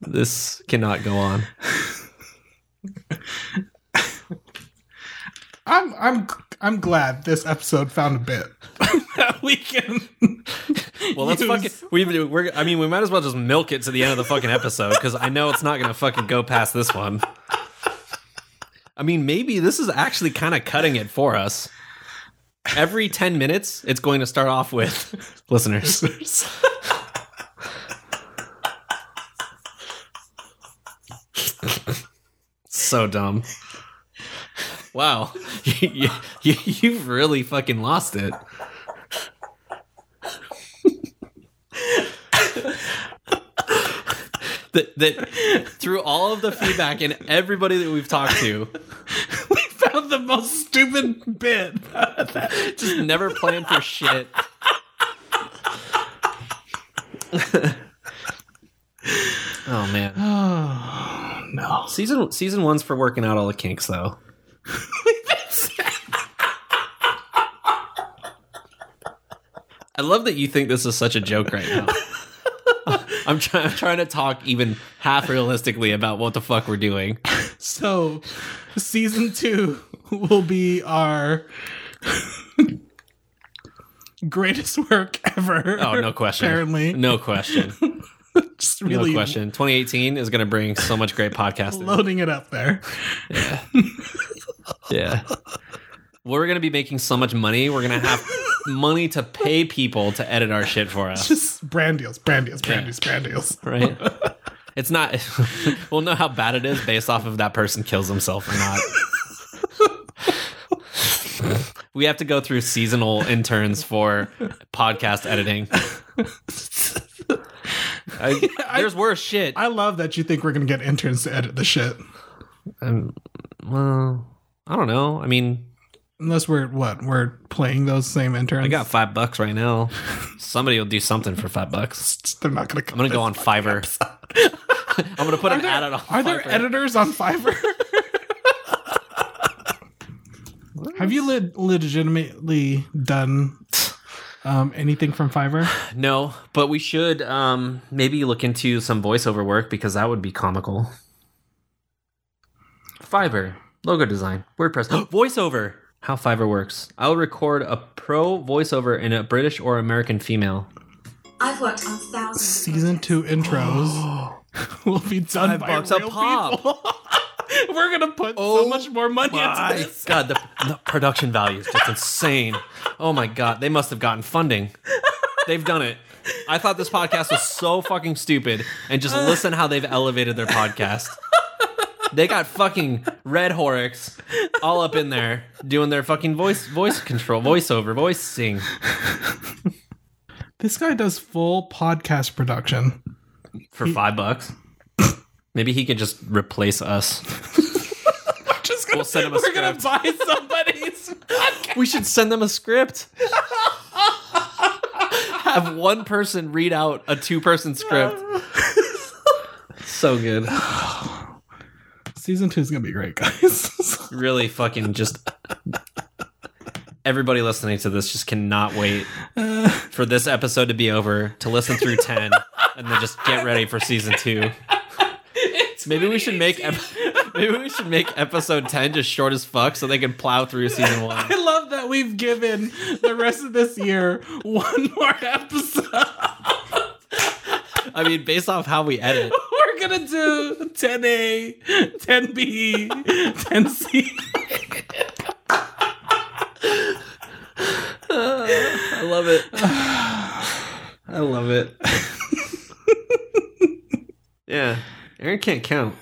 Speaker 4: This cannot go on.
Speaker 2: I'm I'm I'm glad this episode found a bit that we can.
Speaker 4: Well, let's
Speaker 2: Use.
Speaker 4: fucking. We, we're, I mean, we might as well just milk it to the end of the fucking episode because I know it's not going to fucking go past this one. I mean, maybe this is actually kind of cutting it for us. Every 10 minutes, it's going to start off with listeners. so dumb. Wow. you, you, you've really fucking lost it. that, that through all of the feedback and everybody that we've talked to,
Speaker 2: we found the most stupid bit.
Speaker 4: just never planned for shit. oh man,
Speaker 2: Oh no!
Speaker 4: season season one's for working out all the kinks though. I love that you think this is such a joke right now. I'm, try- I'm trying to talk even half realistically about what the fuck we're doing.
Speaker 2: So, season two will be our greatest work ever.
Speaker 4: Oh, no question.
Speaker 2: Apparently,
Speaker 4: No question.
Speaker 2: It's really
Speaker 4: no question. 2018 is going to bring so much great podcasting.
Speaker 2: loading it up there.
Speaker 4: Yeah. yeah. We're going to be making so much money. We're going to have money to pay people to edit our shit for us,
Speaker 2: Just brand deals, brand deals, brand deals, brand deals.
Speaker 4: right? It's not, we'll know how bad it is based off of that person kills himself or not. we have to go through seasonal interns for podcast editing. I, there's worse shit.
Speaker 2: I love that you think we're gonna get interns to edit the shit.
Speaker 4: Um, well, I don't know. I mean,
Speaker 2: Unless we're what we're playing those same interns.
Speaker 4: I got five bucks right now. Somebody will do something for five bucks.
Speaker 2: They're not gonna. Come
Speaker 4: I'm gonna go on Fiverr. I'm gonna put an ad out on.
Speaker 2: Are there
Speaker 4: Fiverr.
Speaker 2: editors on Fiverr? Have you le- legitimately done um, anything from Fiverr?
Speaker 4: no, but we should um, maybe look into some voiceover work because that would be comical. Fiverr logo design WordPress voiceover. How Fiverr works. I'll record a pro voiceover in a British or American female.
Speaker 3: I've worked on thousands. of
Speaker 2: Season
Speaker 3: projects.
Speaker 2: two intros will be done by
Speaker 4: bucks a
Speaker 2: real
Speaker 4: pop.
Speaker 2: people. We're gonna put so
Speaker 4: Oh
Speaker 2: much more money
Speaker 4: My
Speaker 2: into this.
Speaker 4: God, the, the production value is just insane. Oh my God, they must have gotten funding. They've done it. I thought this podcast was so fucking stupid, and just listen how they've elevated their podcast. They got fucking Red Horrocks all up in there doing their fucking voice voice control voiceover voicing.
Speaker 2: This guy does full podcast production.
Speaker 4: for five bucks. Maybe he can just replace us.
Speaker 2: We're just gonna,
Speaker 4: We'll send him a
Speaker 2: we're gonna
Speaker 4: script.
Speaker 2: buy somebody's podcast.
Speaker 4: We should send them a script. Have one person read out a two person script. so good.
Speaker 2: Season two is gonna be great, guys.
Speaker 4: Really fucking just. Everybody listening to this just cannot wait for this episode to be over to listen through 10 and then just get ready for season 2. Maybe we should make ep- maybe we should make episode 10 just short as fuck so they can plow through season 1.
Speaker 2: I love that we've given the rest of this year one more episode.
Speaker 4: I mean, based off how we edit,
Speaker 2: We're gonna do 10A, 10B, 10C.
Speaker 4: I love it. I love it. yeah, Aaron can't count.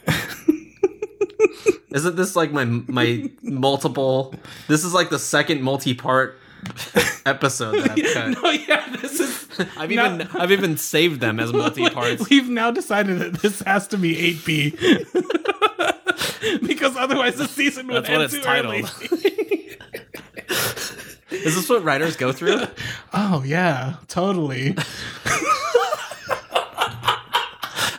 Speaker 4: Isn't this like my my multiple? This is like the second multi-part episode that I've cut.
Speaker 2: No, yeah, this is.
Speaker 4: I've
Speaker 2: no.
Speaker 4: even I've even saved them as multi-parts.
Speaker 2: We've now decided that this has to be 8B. because otherwise the season would
Speaker 4: That's
Speaker 2: end
Speaker 4: what it's
Speaker 2: too early.
Speaker 4: titled. Is this what writers go through?
Speaker 2: Oh, yeah, totally.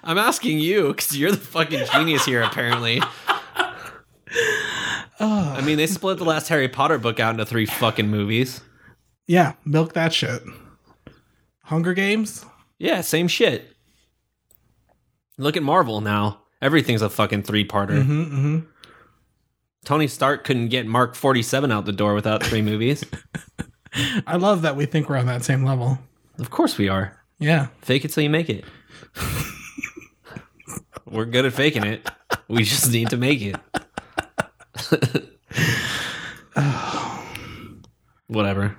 Speaker 4: I'm asking you because you're the fucking genius here, apparently. I mean, they split the last Harry Potter book out into three fucking movies.
Speaker 2: Yeah, milk that shit. Hunger Games?
Speaker 4: Yeah, same shit. Look at Marvel now. Everything's a fucking three parter. mm-hmm. Tony Stark couldn't get Mark 47 out the door without three movies.
Speaker 2: I love that we think we're on that same level.
Speaker 4: of course we are.
Speaker 2: Yeah.
Speaker 4: Fake it till you make it. We're good at faking it. We just need to make it. Whatever.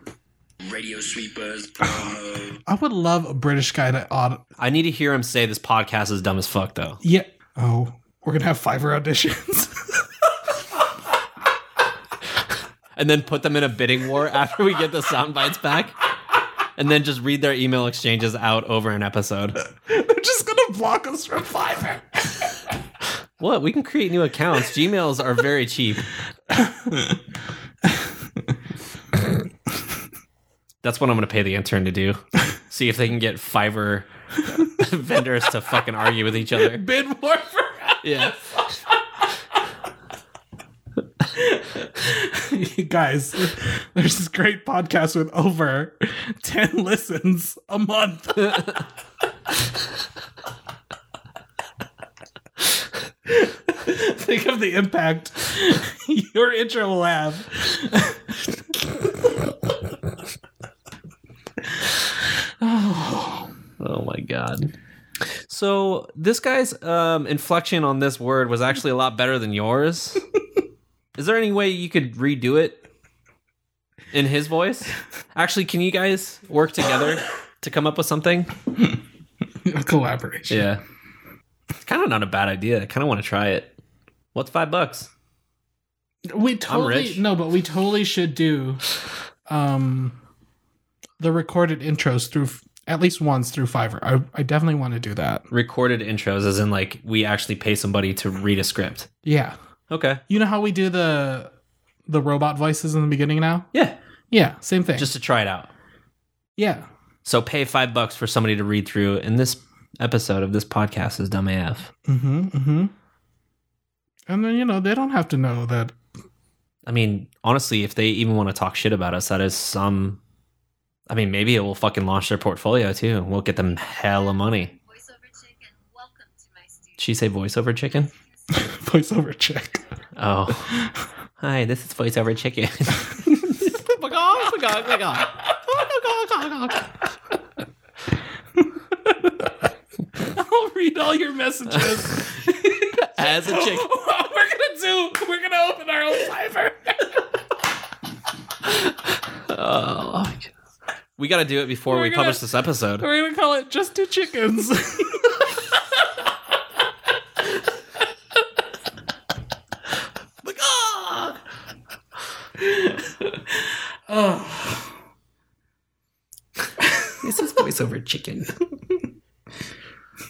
Speaker 5: Radio sweepers, promo.
Speaker 2: I would love a British guy to audit.
Speaker 4: I need to hear him say this podcast is dumb as fuck, though.
Speaker 2: Yeah. Oh, we're gonna have Fiverr auditions.
Speaker 4: And then put them in a bidding war after we get the sound bites back. And then just read their email exchanges out over an episode.
Speaker 2: They're just gonna block us from Fiverr.
Speaker 4: What? We can create new accounts. Gmails are very cheap. That's what I'm going to pay the intern to do. See if they can get Fiverr vendors to fucking argue with each other.
Speaker 2: Bid war for
Speaker 4: Yeah.
Speaker 2: guys. There's this great podcast with over ten listens a month. Think of the impact your intro will have.
Speaker 4: Oh my god. So this guy's um, inflection on this word was actually a lot better than yours. Is there any way you could redo it in his voice? Actually, can you guys work together to come up with something?
Speaker 2: A collaboration.
Speaker 4: Yeah. It's kind of not a bad idea. I kind of want to try it. What's five bucks?
Speaker 2: We totally
Speaker 4: rich.
Speaker 2: no, but we totally should do um the recorded intros through at least once through Fiverr. I, I definitely want to do that.
Speaker 4: Recorded intros, as in like we actually pay somebody to read a script.
Speaker 2: Yeah.
Speaker 4: Okay.
Speaker 2: You know how we do the the robot voices in the beginning now?
Speaker 4: Yeah.
Speaker 2: Yeah, same thing.
Speaker 4: Just to try it out.
Speaker 2: yeah.
Speaker 4: So pay five bucks for somebody to read through. And this episode of this podcast is dumb AF.
Speaker 2: Mm-hmm. Mm-hmm. And then you know they don't have to know that.
Speaker 4: I mean, honestly, if they even want to talk shit about us, that is some. I mean, maybe it will fucking launch their portfolio too. and We'll get them hella money. Did she say voiceover chicken?
Speaker 2: Voiceover check.
Speaker 4: Oh, hi, this is voiceover chicken. Oh
Speaker 2: I'll read all your messages.
Speaker 4: As a chicken.
Speaker 2: we're gonna do. We're gonna open our own cipher.
Speaker 4: Oh, we got to do it before we
Speaker 2: gonna-
Speaker 4: publish this episode.
Speaker 2: we're gonna call it just two chickens.
Speaker 4: ah! This is voiceover chicken.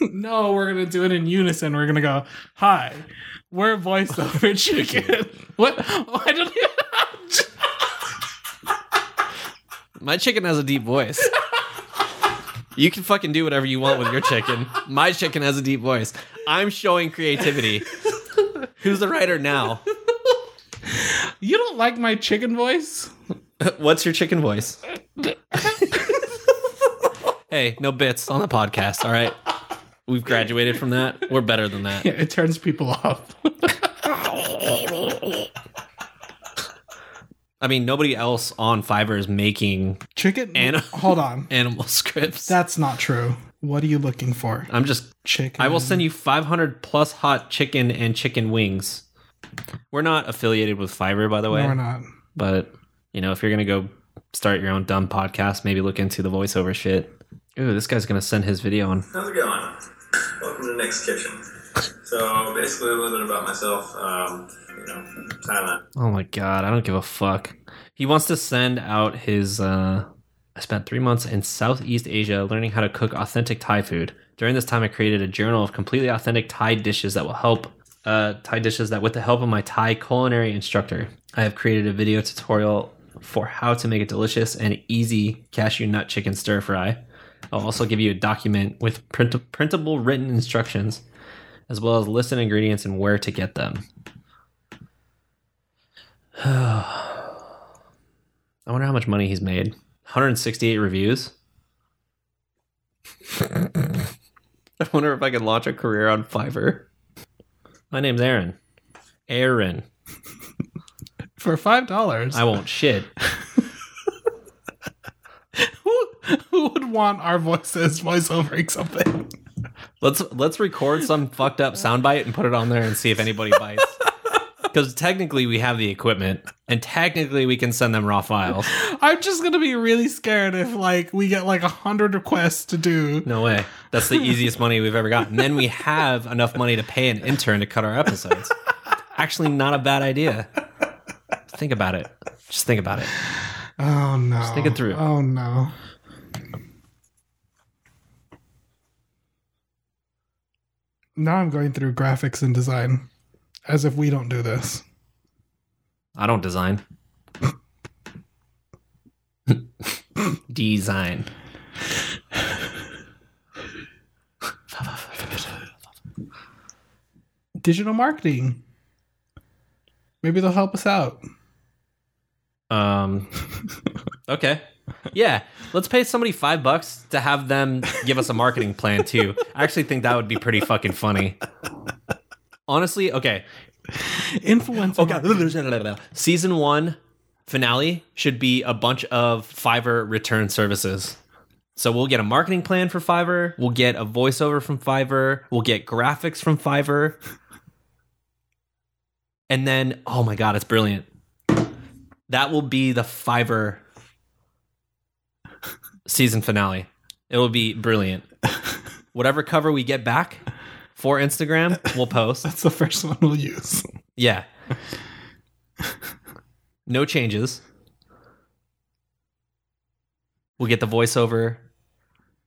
Speaker 2: no, we're gonna do it in unison. We're gonna go. Hi, we're voiceover chicken. what? Why don't you?
Speaker 4: My chicken has a deep voice. You can fucking do whatever you want with your chicken. My chicken has a deep voice. I'm showing creativity. Who's the writer now?
Speaker 2: You don't like my chicken voice?
Speaker 4: What's your chicken voice? hey, no bits on the podcast, all right? We've graduated from that. We're better than that.
Speaker 2: Yeah, it turns people off.
Speaker 4: I mean, nobody else on Fiverr is making
Speaker 2: Chicken.
Speaker 4: Anna-
Speaker 2: Hold on.
Speaker 4: animal scripts.
Speaker 2: That's not true. What are you looking for?
Speaker 4: I'm just
Speaker 2: Chicken.
Speaker 4: I will send you 500 plus hot chicken and chicken wings. We're not affiliated with Fiverr, by the way.
Speaker 2: No, we're not.
Speaker 4: But you know, if you're gonna go start your own dumb podcast, maybe look into the voiceover shit. Ooh, this guy's gonna send his video on.
Speaker 6: How's it going? Welcome to Next Kitchen. So basically, a little bit about myself. Um, you know, Thailand.
Speaker 4: Oh my god, I don't give a fuck. He wants to send out his. uh I spent three months in Southeast Asia learning how to cook authentic Thai food. During this time, I created a journal of completely authentic Thai dishes that will help. Uh, Thai dishes that, with the help of my Thai culinary instructor, I have created a video tutorial for how to make a delicious and easy cashew nut chicken stir fry. I'll also give you a document with print- printable written instructions, as well as listed ingredients and where to get them. I wonder how much money he's made. 168 reviews. I wonder if I can launch a career on Fiverr. My name's Aaron. Aaron.
Speaker 2: For five dollars,
Speaker 4: I won't shit.
Speaker 2: who, who would want our voices voiceovering something?
Speaker 4: Let's let's record some fucked up soundbite and put it on there and see if anybody bites. Because technically we have the equipment, and technically we can send them raw files.
Speaker 2: I'm just gonna be really scared if like we get like a hundred requests to do.
Speaker 4: No way. That's the easiest money we've ever gotten. And then we have enough money to pay an intern to cut our episodes. Actually, not a bad idea. Think about it. Just think about it.
Speaker 2: Oh no!
Speaker 4: think it through.
Speaker 2: Oh no! Now I'm going through graphics and design, as if we don't do this.
Speaker 4: I don't design. design.
Speaker 2: Digital marketing. Maybe they'll help us out.
Speaker 4: Um. Okay. Yeah. Let's pay somebody five bucks to have them give us a marketing plan too. I actually think that would be pretty fucking funny. Honestly, okay.
Speaker 2: Influencer.
Speaker 4: Okay. Season one finale should be a bunch of Fiverr return services. So we'll get a marketing plan for Fiverr. We'll get a voiceover from Fiverr. We'll get graphics from Fiverr. And then, oh my God, it's brilliant. That will be the Fiverr season finale. It will be brilliant. Whatever cover we get back for Instagram, we'll post.
Speaker 2: That's the first one we'll use.
Speaker 4: Yeah. No changes. We'll get the voiceover.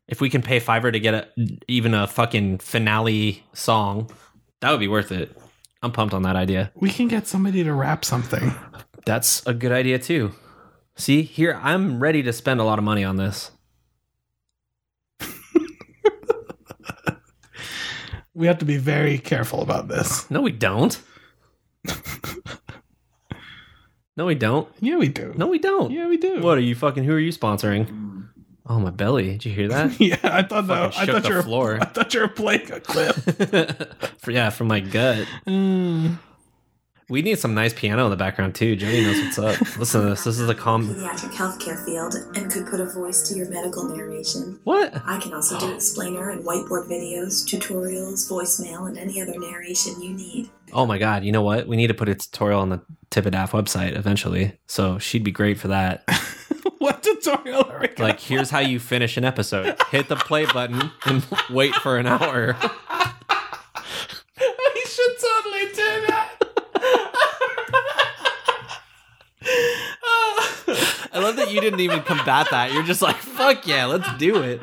Speaker 4: If we can pay Fiverr to get a, even a fucking finale song, that would be worth it. I'm pumped on that idea.
Speaker 2: We can get somebody to wrap something.
Speaker 4: That's a good idea too. See, here I'm ready to spend a lot of money on this.
Speaker 2: We have to be very careful about this.
Speaker 4: No, we don't. no, we don't.
Speaker 2: Yeah, we do.
Speaker 4: No, we don't.
Speaker 2: Yeah, we do.
Speaker 4: What are you fucking? Who are you sponsoring? Oh my belly! Did you hear that?
Speaker 2: Yeah, I thought that.
Speaker 4: Fucking
Speaker 2: I
Speaker 4: shook
Speaker 2: thought
Speaker 4: the
Speaker 2: you were.
Speaker 4: floor.
Speaker 2: I thought you were playing a clip.
Speaker 4: For- yeah, from my gut. Hmm.
Speaker 2: Mm.
Speaker 4: We need some nice piano in the background too. Jody knows what's up. Listen to this. This is a com.
Speaker 3: Pediatric healthcare field and could put a voice to your medical narration.
Speaker 4: What?
Speaker 3: I can also
Speaker 2: Ah.
Speaker 3: do explainer and whiteboard videos, tutorials, voicemail, and any other narration you need.
Speaker 4: Oh my god! You know what? We need to put a tutorial on the Tippet Aff website eventually. So she'd be great for that.
Speaker 2: what tutorial are we gonna-
Speaker 4: Like, here's how you finish an episode: hit the play button and wait for an hour.
Speaker 2: we should totally do that.
Speaker 4: I love that you didn't even combat that. You're just like, fuck yeah, let's do it.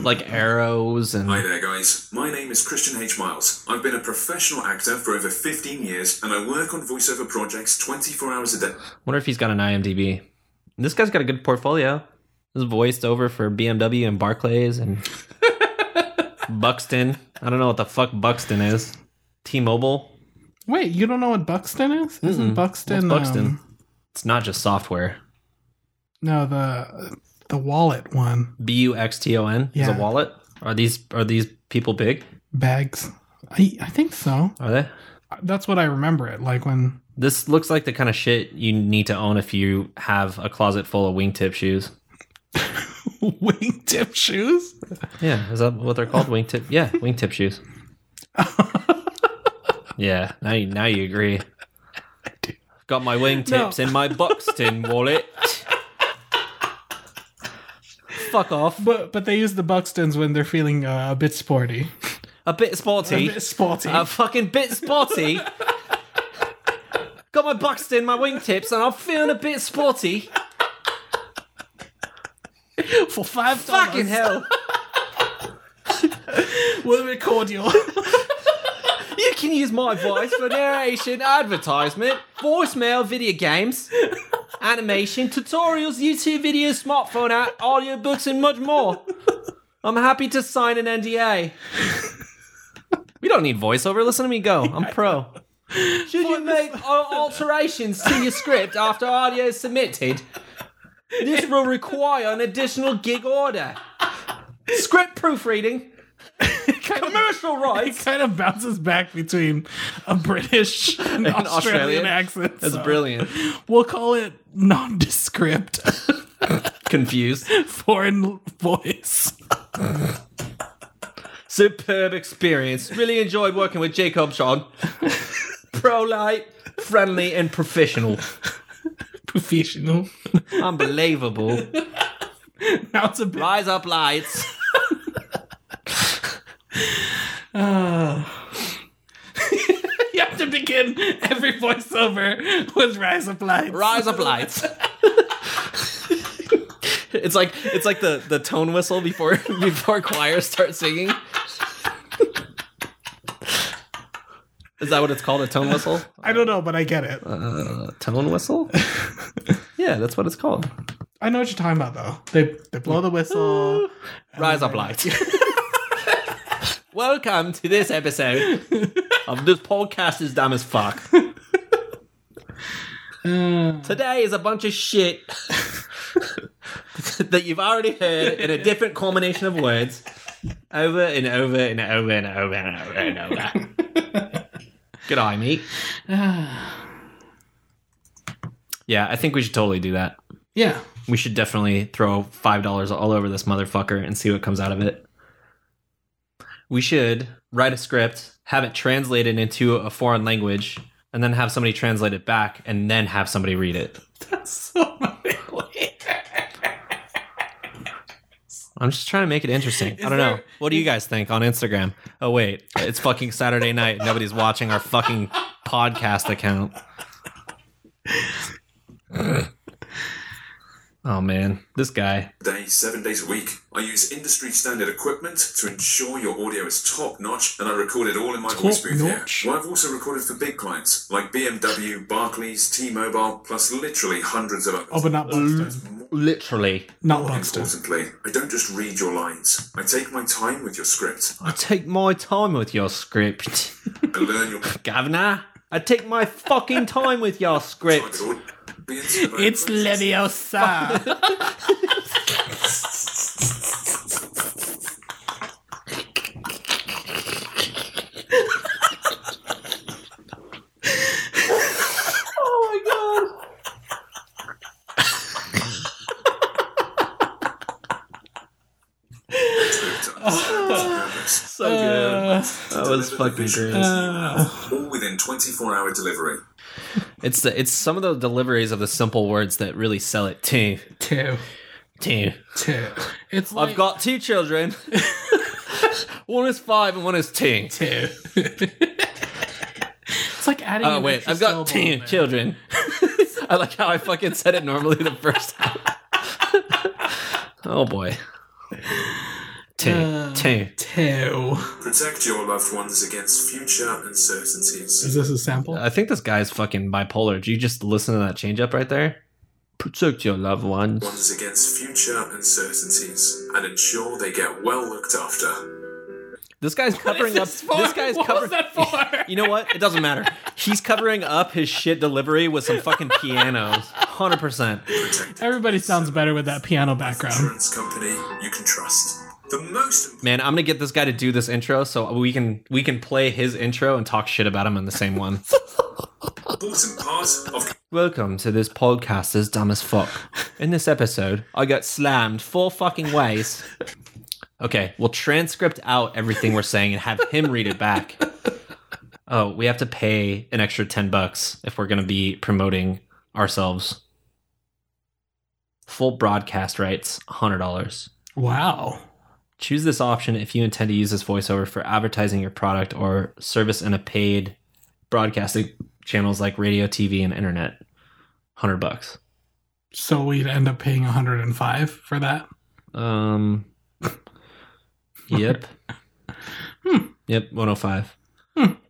Speaker 4: like arrows
Speaker 6: Hi
Speaker 4: and
Speaker 6: there, guys. My name is Christian H. Miles. I've been a professional actor for over 15 years, and I work on voiceover projects 24 hours a day.
Speaker 4: wonder if he's got an IMDb. This guy's got a good portfolio. He's voiced over for BMW and Barclays and Buxton. I don't know what the fuck Buxton is. T-Mobile.
Speaker 2: Wait, you don't know what Buxton is? Isn't
Speaker 4: Mm-mm. What's
Speaker 2: Buxton?
Speaker 4: Buxton?
Speaker 2: um,
Speaker 4: It's not just software.
Speaker 2: no, the the wallet one.
Speaker 4: B U X T O N is a
Speaker 2: Yeah.
Speaker 4: wallet. Are these are these people big?
Speaker 2: Bags. I I think so.
Speaker 4: Are they?
Speaker 2: That's what I remember it like when.
Speaker 4: This looks like the kind of shit you need to own if you have a closet full of wingtip shoes.
Speaker 2: Wingtip shoes.
Speaker 4: Yeah, is that what they're called? Wingtip? Yeah, wingtip shoes. yeah, now you, now you agree. Got my wingtips in my Buxton wallet. Fuck off.
Speaker 2: But but they use the Buxtons when they're feeling uh, a bit sporty.
Speaker 4: A bit sporty.
Speaker 2: A bit sporty.
Speaker 4: A fucking bit sporty. Got my Buxton, my wingtips, and I'm feeling a bit sporty.
Speaker 2: for five
Speaker 4: Fucking hell.
Speaker 2: We'll record you.
Speaker 4: You can use my voice for narration, advertisement, voicemail, video games, animation, tutorials, YouTube videos, smartphone app, audiobooks, and much more. I'm happy to sign an NDA. We don't need voiceover. Listen to me go. I'm pro. Should you make al- alterations to your script after audio is submitted? This will require an additional gig order. Script proofreading, commercial
Speaker 2: It
Speaker 4: rights,
Speaker 2: kind of bounces back between a British and, Australian,
Speaker 4: Australian.
Speaker 2: accent.
Speaker 4: That's
Speaker 2: so
Speaker 4: brilliant.
Speaker 2: We'll call it nondescript
Speaker 4: Confused.
Speaker 2: foreign voice.
Speaker 4: Superb experience. Really enjoyed working with Jacob Sean. Prolite, friendly, and professional.
Speaker 2: Professional.
Speaker 4: Unbelievable.
Speaker 2: Now it's a bit.
Speaker 4: Rise up, lights.
Speaker 2: You have to begin every voiceover with Rise of Lights.
Speaker 4: Rise up, lights. It's like it's like the, the tone whistle before before choirs start singing. Is that what it's called? A tone whistle?
Speaker 2: I don't know, but I get it.
Speaker 4: A tone whistle? Yeah, that's what it's called.
Speaker 2: I know what you're talking about, though. They, they blow the whistle.
Speaker 4: Rise up, light. Welcome to this episode of this podcast is dumb as fuck. Today is a bunch of shit that you've already heard in a different combination of words over and over and over and over and over and over. Good eye, mate. Yeah, I think we should totally do that.
Speaker 2: Yeah.
Speaker 4: We should definitely throw five dollars all over this motherfucker and see what comes out of it. We should write a script, have it translated into a foreign language, and then have somebody translate it back, and then have somebody read it.
Speaker 2: That's so manipulative.
Speaker 4: I'm just trying to make it interesting.
Speaker 2: Is
Speaker 4: I don't know.
Speaker 2: there-
Speaker 4: What do you guys think on Instagram? Oh wait, it's fucking Saturday night. Nobody's watching our fucking podcast account. oh man, this guy.
Speaker 6: day, seven days a week. I use industry standard equipment to ensure your audio is top notch, and I record it all in my voice booth
Speaker 2: Top-notch?
Speaker 6: here. Well, I've also recorded for big clients like BMW, Barclays, T Mobile, plus literally hundreds of others.
Speaker 2: Oh, but not Buxton.
Speaker 4: Literally,
Speaker 2: Not
Speaker 6: More
Speaker 2: Buxton.
Speaker 6: importantly, I don't just read your lines, I take my time with your script.
Speaker 4: I take my time with your script,
Speaker 6: I learn your
Speaker 4: Governor. I take my fucking time with your script.
Speaker 6: It's
Speaker 2: Leviosa.
Speaker 4: Oh my god. So
Speaker 2: Uh,
Speaker 4: good. That was fucking great.
Speaker 2: uh,
Speaker 6: All within 24 hour delivery.
Speaker 4: It's the, it's some of the deliveries of the simple words that really sell it too.
Speaker 2: two,
Speaker 4: Too.
Speaker 2: two. It's like
Speaker 4: I've got two children. one is five and one is ten.
Speaker 2: two. it's like adding.
Speaker 4: Oh
Speaker 2: an
Speaker 4: wait,
Speaker 2: extra
Speaker 4: I've got
Speaker 2: syllable
Speaker 4: ten
Speaker 2: in there.
Speaker 4: children. I like how I fucking said it normally the first time. oh boy. Two.
Speaker 2: Uh,
Speaker 4: two.
Speaker 2: Two.
Speaker 6: Protect your loved ones against future uncertainties.
Speaker 2: Is this a sample?
Speaker 4: I think this guy's fucking bipolar. Do you just listen to that change up right there? Protect your loved ones.
Speaker 6: ones against future uncertainties and ensure they get well looked after.
Speaker 4: This guy's covering
Speaker 2: this
Speaker 4: up.
Speaker 2: for?
Speaker 4: This guy's
Speaker 2: What
Speaker 4: covering.
Speaker 2: was that for?
Speaker 4: You know what? It doesn't matter. He's covering up his shit delivery with some fucking pianos. Hundred percent.
Speaker 6: Protect
Speaker 2: Everybody sounds better with that piano background.
Speaker 6: insurance company you can trust. The most important
Speaker 4: Man, I'm gonna get this guy to do this intro so we can we can play his intro and talk shit about him in the same one.
Speaker 6: part of
Speaker 4: Welcome to this podcast is dumb as fuck. In this episode, I got slammed four fucking ways. Okay, we'll transcript out everything we're saying and have him read it back. Oh, we have to pay an extra ten bucks if we're gonna be promoting ourselves. Full broadcast rights, hundred dollars.
Speaker 2: Wow.
Speaker 4: Choose this option if you intend to use this voiceover for advertising your product or service in a paid broadcasting channels like radio, TV, and internet. Hundred bucks.
Speaker 2: So we'd end up paying 105 for that.
Speaker 4: Um. yep. Yep. One hundred five.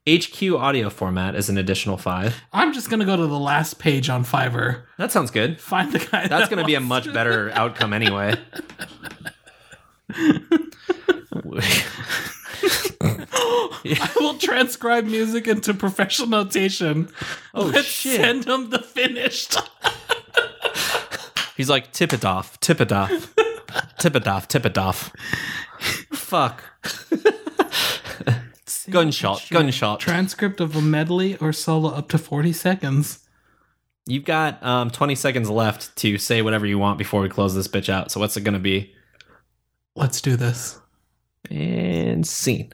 Speaker 4: HQ audio format is an additional five.
Speaker 2: I'm just gonna go to the last page on Fiverr.
Speaker 4: That sounds good.
Speaker 2: Find the guy.
Speaker 4: That's
Speaker 2: that
Speaker 4: going to be a
Speaker 2: wants
Speaker 4: much
Speaker 2: to-
Speaker 4: better outcome anyway.
Speaker 2: I will transcribe music into professional notation.
Speaker 4: Oh,
Speaker 2: Let's
Speaker 4: shit.
Speaker 2: Send him the finished.
Speaker 4: He's like, tip it off, tip it off, tip it off, tip it off. Fuck. gunshot, gunshot.
Speaker 2: Transcript of a medley or solo up to 40 seconds.
Speaker 4: You've got um, 20 seconds left to say whatever you want before we close this bitch out. So what's it going to be?
Speaker 2: Let's do this.
Speaker 4: And scene.